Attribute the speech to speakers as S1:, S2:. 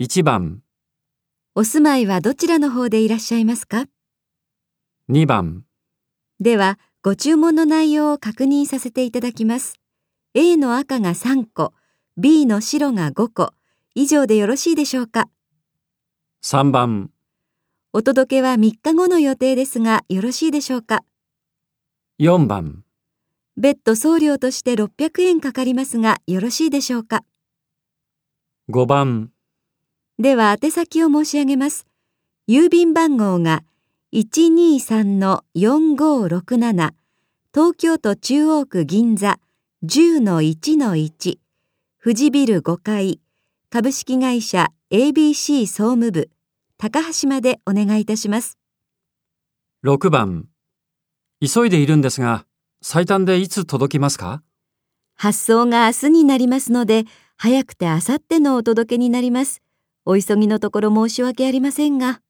S1: 1番、
S2: お住まいはどちらの方でいらっしゃいますか
S1: 2番、
S2: では、ご注文の内容を確認させていただきます。A の赤が3個、B の白が5個、以上でよろしいでしょうか
S1: 3番、
S2: お届けは3日後の予定ですが、よろしいでしょうか
S1: 4番、
S2: 別途送料として600円かかりますが、よろしいでしょうか
S1: 5番、
S2: では、宛先を申し上げます。郵便番号が123-4567東京都中央区銀座10-1-1富士ビル5階株式会社 ABC 総務部高橋までお願いいたします。
S1: 6番。急いでいるんですが、最短でいつ届きますか
S2: 発送が明日になりますので、早くて明後日のお届けになります。お急ぎのところ申し訳ありませんが。